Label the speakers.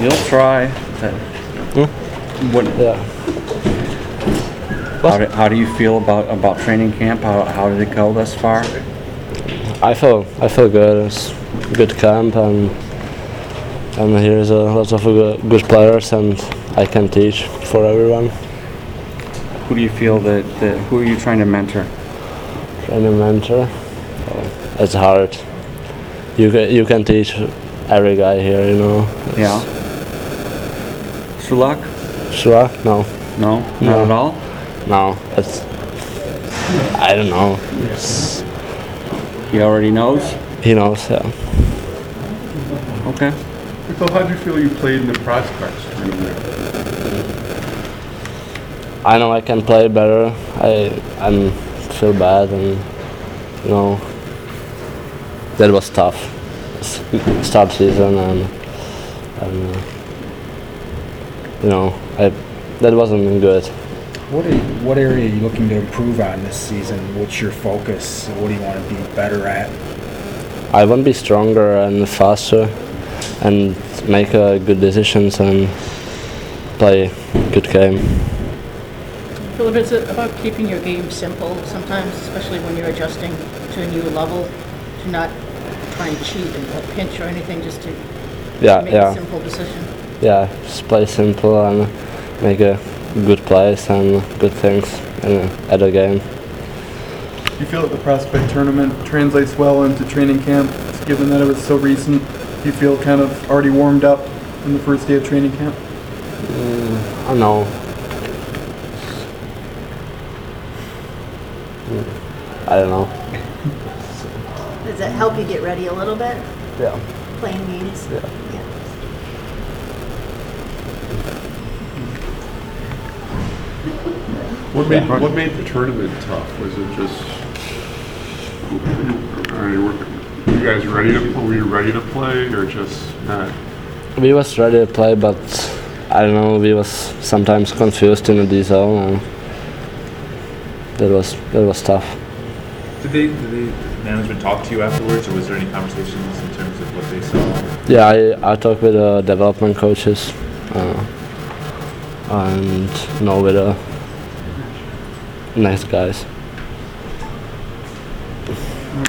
Speaker 1: You'll try. Hmm? What,
Speaker 2: Yeah.
Speaker 1: how, do, how do you feel about, about training camp? How, how did it go thus far?
Speaker 2: I feel I feel good. It's a good camp and and here's a lots of good, good players and I can teach for everyone.
Speaker 1: Who do you feel that, that who are you trying to mentor?
Speaker 2: Any mentor, it's hard. You can you can teach every guy here, you know.
Speaker 1: Yeah. Sulak?
Speaker 2: Sure? No,
Speaker 1: No, not
Speaker 2: No.
Speaker 1: at all.
Speaker 2: no. It's I don't know. It's,
Speaker 1: He already knows.
Speaker 2: he knows. Yeah.
Speaker 1: Okay.
Speaker 3: Michael, how do you feel you played in the prospects tournament?
Speaker 2: I know I can play better. I I feel bad and you know that was tough S- start season and and uh, you know I that wasn't good.
Speaker 4: What are, what area are you looking to improve on this season? What's your focus? What do you want to be better at?
Speaker 2: I want to be stronger and faster and make uh, good decisions and play good game.
Speaker 5: Philip, it's about keeping your game simple sometimes, especially when you're adjusting to a new level, to not try and cheat and or pinch or anything, just to
Speaker 2: Yeah,
Speaker 5: make
Speaker 2: yeah.
Speaker 5: a simple decision.
Speaker 2: yeah, just play simple and make a good plays and good things in at the game.
Speaker 3: Do you feel that the prospect tournament translates well into training camp, given that it was so recent? Do you feel kind of already warmed up on the first day of training camp?
Speaker 2: I know. I don't know.
Speaker 6: Does that help you get ready a little bit,
Speaker 2: Yeah.
Speaker 6: playing games?
Speaker 2: Yeah.
Speaker 7: What made what made the tournament tough? Was it just are you, were you guys ready to were you ready to play or just not?
Speaker 2: We was ready to play, but I don't know. We was sometimes confused in the D zone, and that was that was tough.
Speaker 8: Did they, did the management talk to you afterwards, or was there any conversations in terms of what they saw?
Speaker 2: Yeah, I, I talk with the development coaches, uh, and know with the next uh, guys.